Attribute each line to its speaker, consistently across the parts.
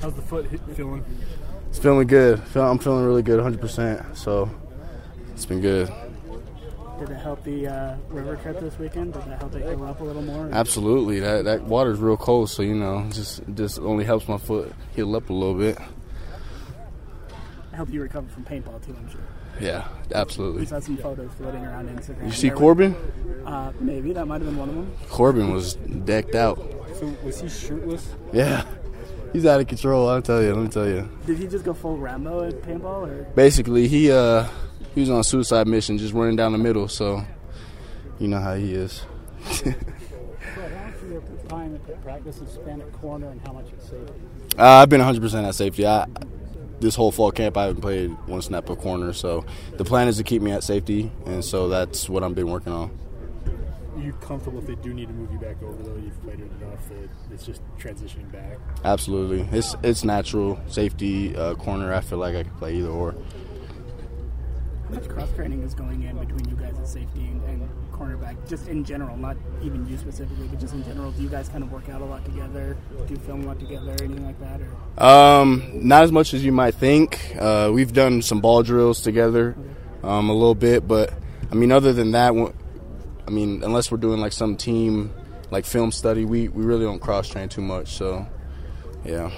Speaker 1: How's the foot hit- feeling?
Speaker 2: It's feeling good. Feel- I'm feeling really good, 100%. So it's been good.
Speaker 3: Did it help the uh, river trip this weekend? Did that help it heal up a little more?
Speaker 2: Absolutely. That that water's real cold, so you know, just just only helps my foot heal up a little bit.
Speaker 3: Help you recover from paintball too, I'm sure.
Speaker 2: Yeah,
Speaker 3: We
Speaker 2: absolutely.
Speaker 3: saw some photos floating around Instagram.
Speaker 2: You see
Speaker 3: There were-
Speaker 2: Corbin?
Speaker 3: Uh, maybe that might have been one of them.
Speaker 2: Corbin was decked out.
Speaker 1: So was he shirtless?
Speaker 2: Yeah. He's out of control, I'll tell you, let me tell you.
Speaker 3: Did he just go full Rambo at paintball, or
Speaker 2: Basically he uh he was on a suicide mission just running down the middle, so you know how he is.
Speaker 4: After your time at the practice and spent at corner and how much it saved you.
Speaker 2: Uh, I've been 100% at safety. I, this whole fall camp, I haven't played one snap of corner. So the plan is to keep me at safety, and so that's what I've been working on.
Speaker 1: Are you comfortable if they do need to move you back over though? You've played it enough that it's just transitioning back.
Speaker 2: Absolutely, it's it's natural safety uh, corner. I feel like I can play either or.
Speaker 3: how much cross training is going in between you guys at safety and, and cornerback, just in general, not even you specifically, but just in general? Do you guys kind of work out a lot together? Do you film a lot together, anything like that, or
Speaker 2: Um, not as much as you might think. Uh, we've done some ball drills together, um, a little bit, but I mean, other than that, wh- I mean, unless we're doing like some team like film study, we we really don't cross train too much. So, yeah.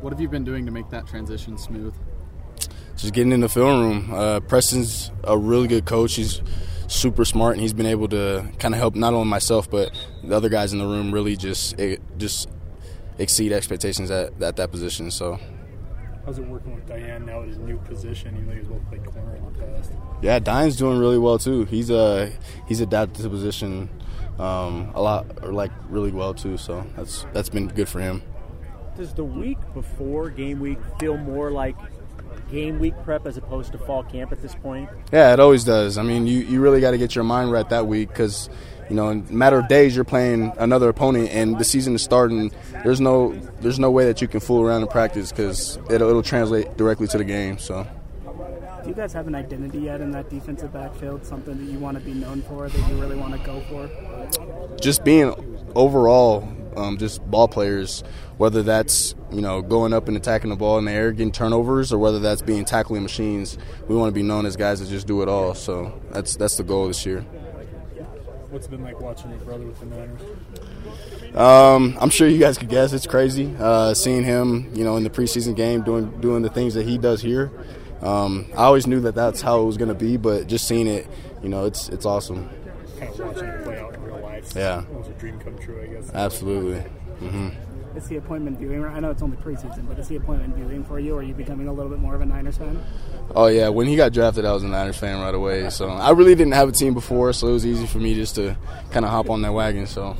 Speaker 5: What have you been doing to make that transition smooth?
Speaker 2: just getting in the film room. Uh, Preston's a really good coach. He's super smart, and he's been able to kind of help not only myself but the other guys in the room really just eh, just exceed expectations at, at that position. So
Speaker 1: How's it working with Diane now at his new position? Even though he's both played corner in the past.
Speaker 2: yeah, Dine's doing really well too. He's uh he's adapted to the position um, a lot or like really well too. So that's that's been good for him.
Speaker 6: Does the week before game week feel more like game week prep as opposed to fall camp at this point?
Speaker 2: Yeah, it always does. I mean, you, you really got to get your mind right that week because, you know, in a matter of days you're playing another opponent and the season is starting. There's no there's no way that you can fool around in practice because it'll, it'll translate directly to the game. So
Speaker 3: do you guys have an identity yet in that defensive backfield? Something that you want to be known for, that you really want to go for?
Speaker 2: just being overall um, just ball players, whether that's you know going up and attacking the ball in the air, getting turnovers, or whether that's being tackling machines, we want to be known as guys that just do it all. So that's that's the goal this year.
Speaker 1: What's it been like watching your brother with the Niners?
Speaker 2: Um, I'm sure you guys could guess it's crazy. Uh, seeing him, you know, in the preseason game doing doing the things that he does here. Um, I always knew that that's how it was going to be, but just seeing it, you know, it's it's awesome.
Speaker 1: Kind of watching it play out in real life.
Speaker 2: Yeah.
Speaker 1: It was a dream come true, I guess.
Speaker 2: Absolutely.
Speaker 3: Is he appointment viewing? I know it's only preseason, but is he appointment viewing for you? Or are you becoming a little bit more of a Niners fan?
Speaker 2: Oh yeah, when he got drafted, I was a Niners fan right away. So I really didn't have a team before, so it was easy for me just to kind of hop on that wagon. So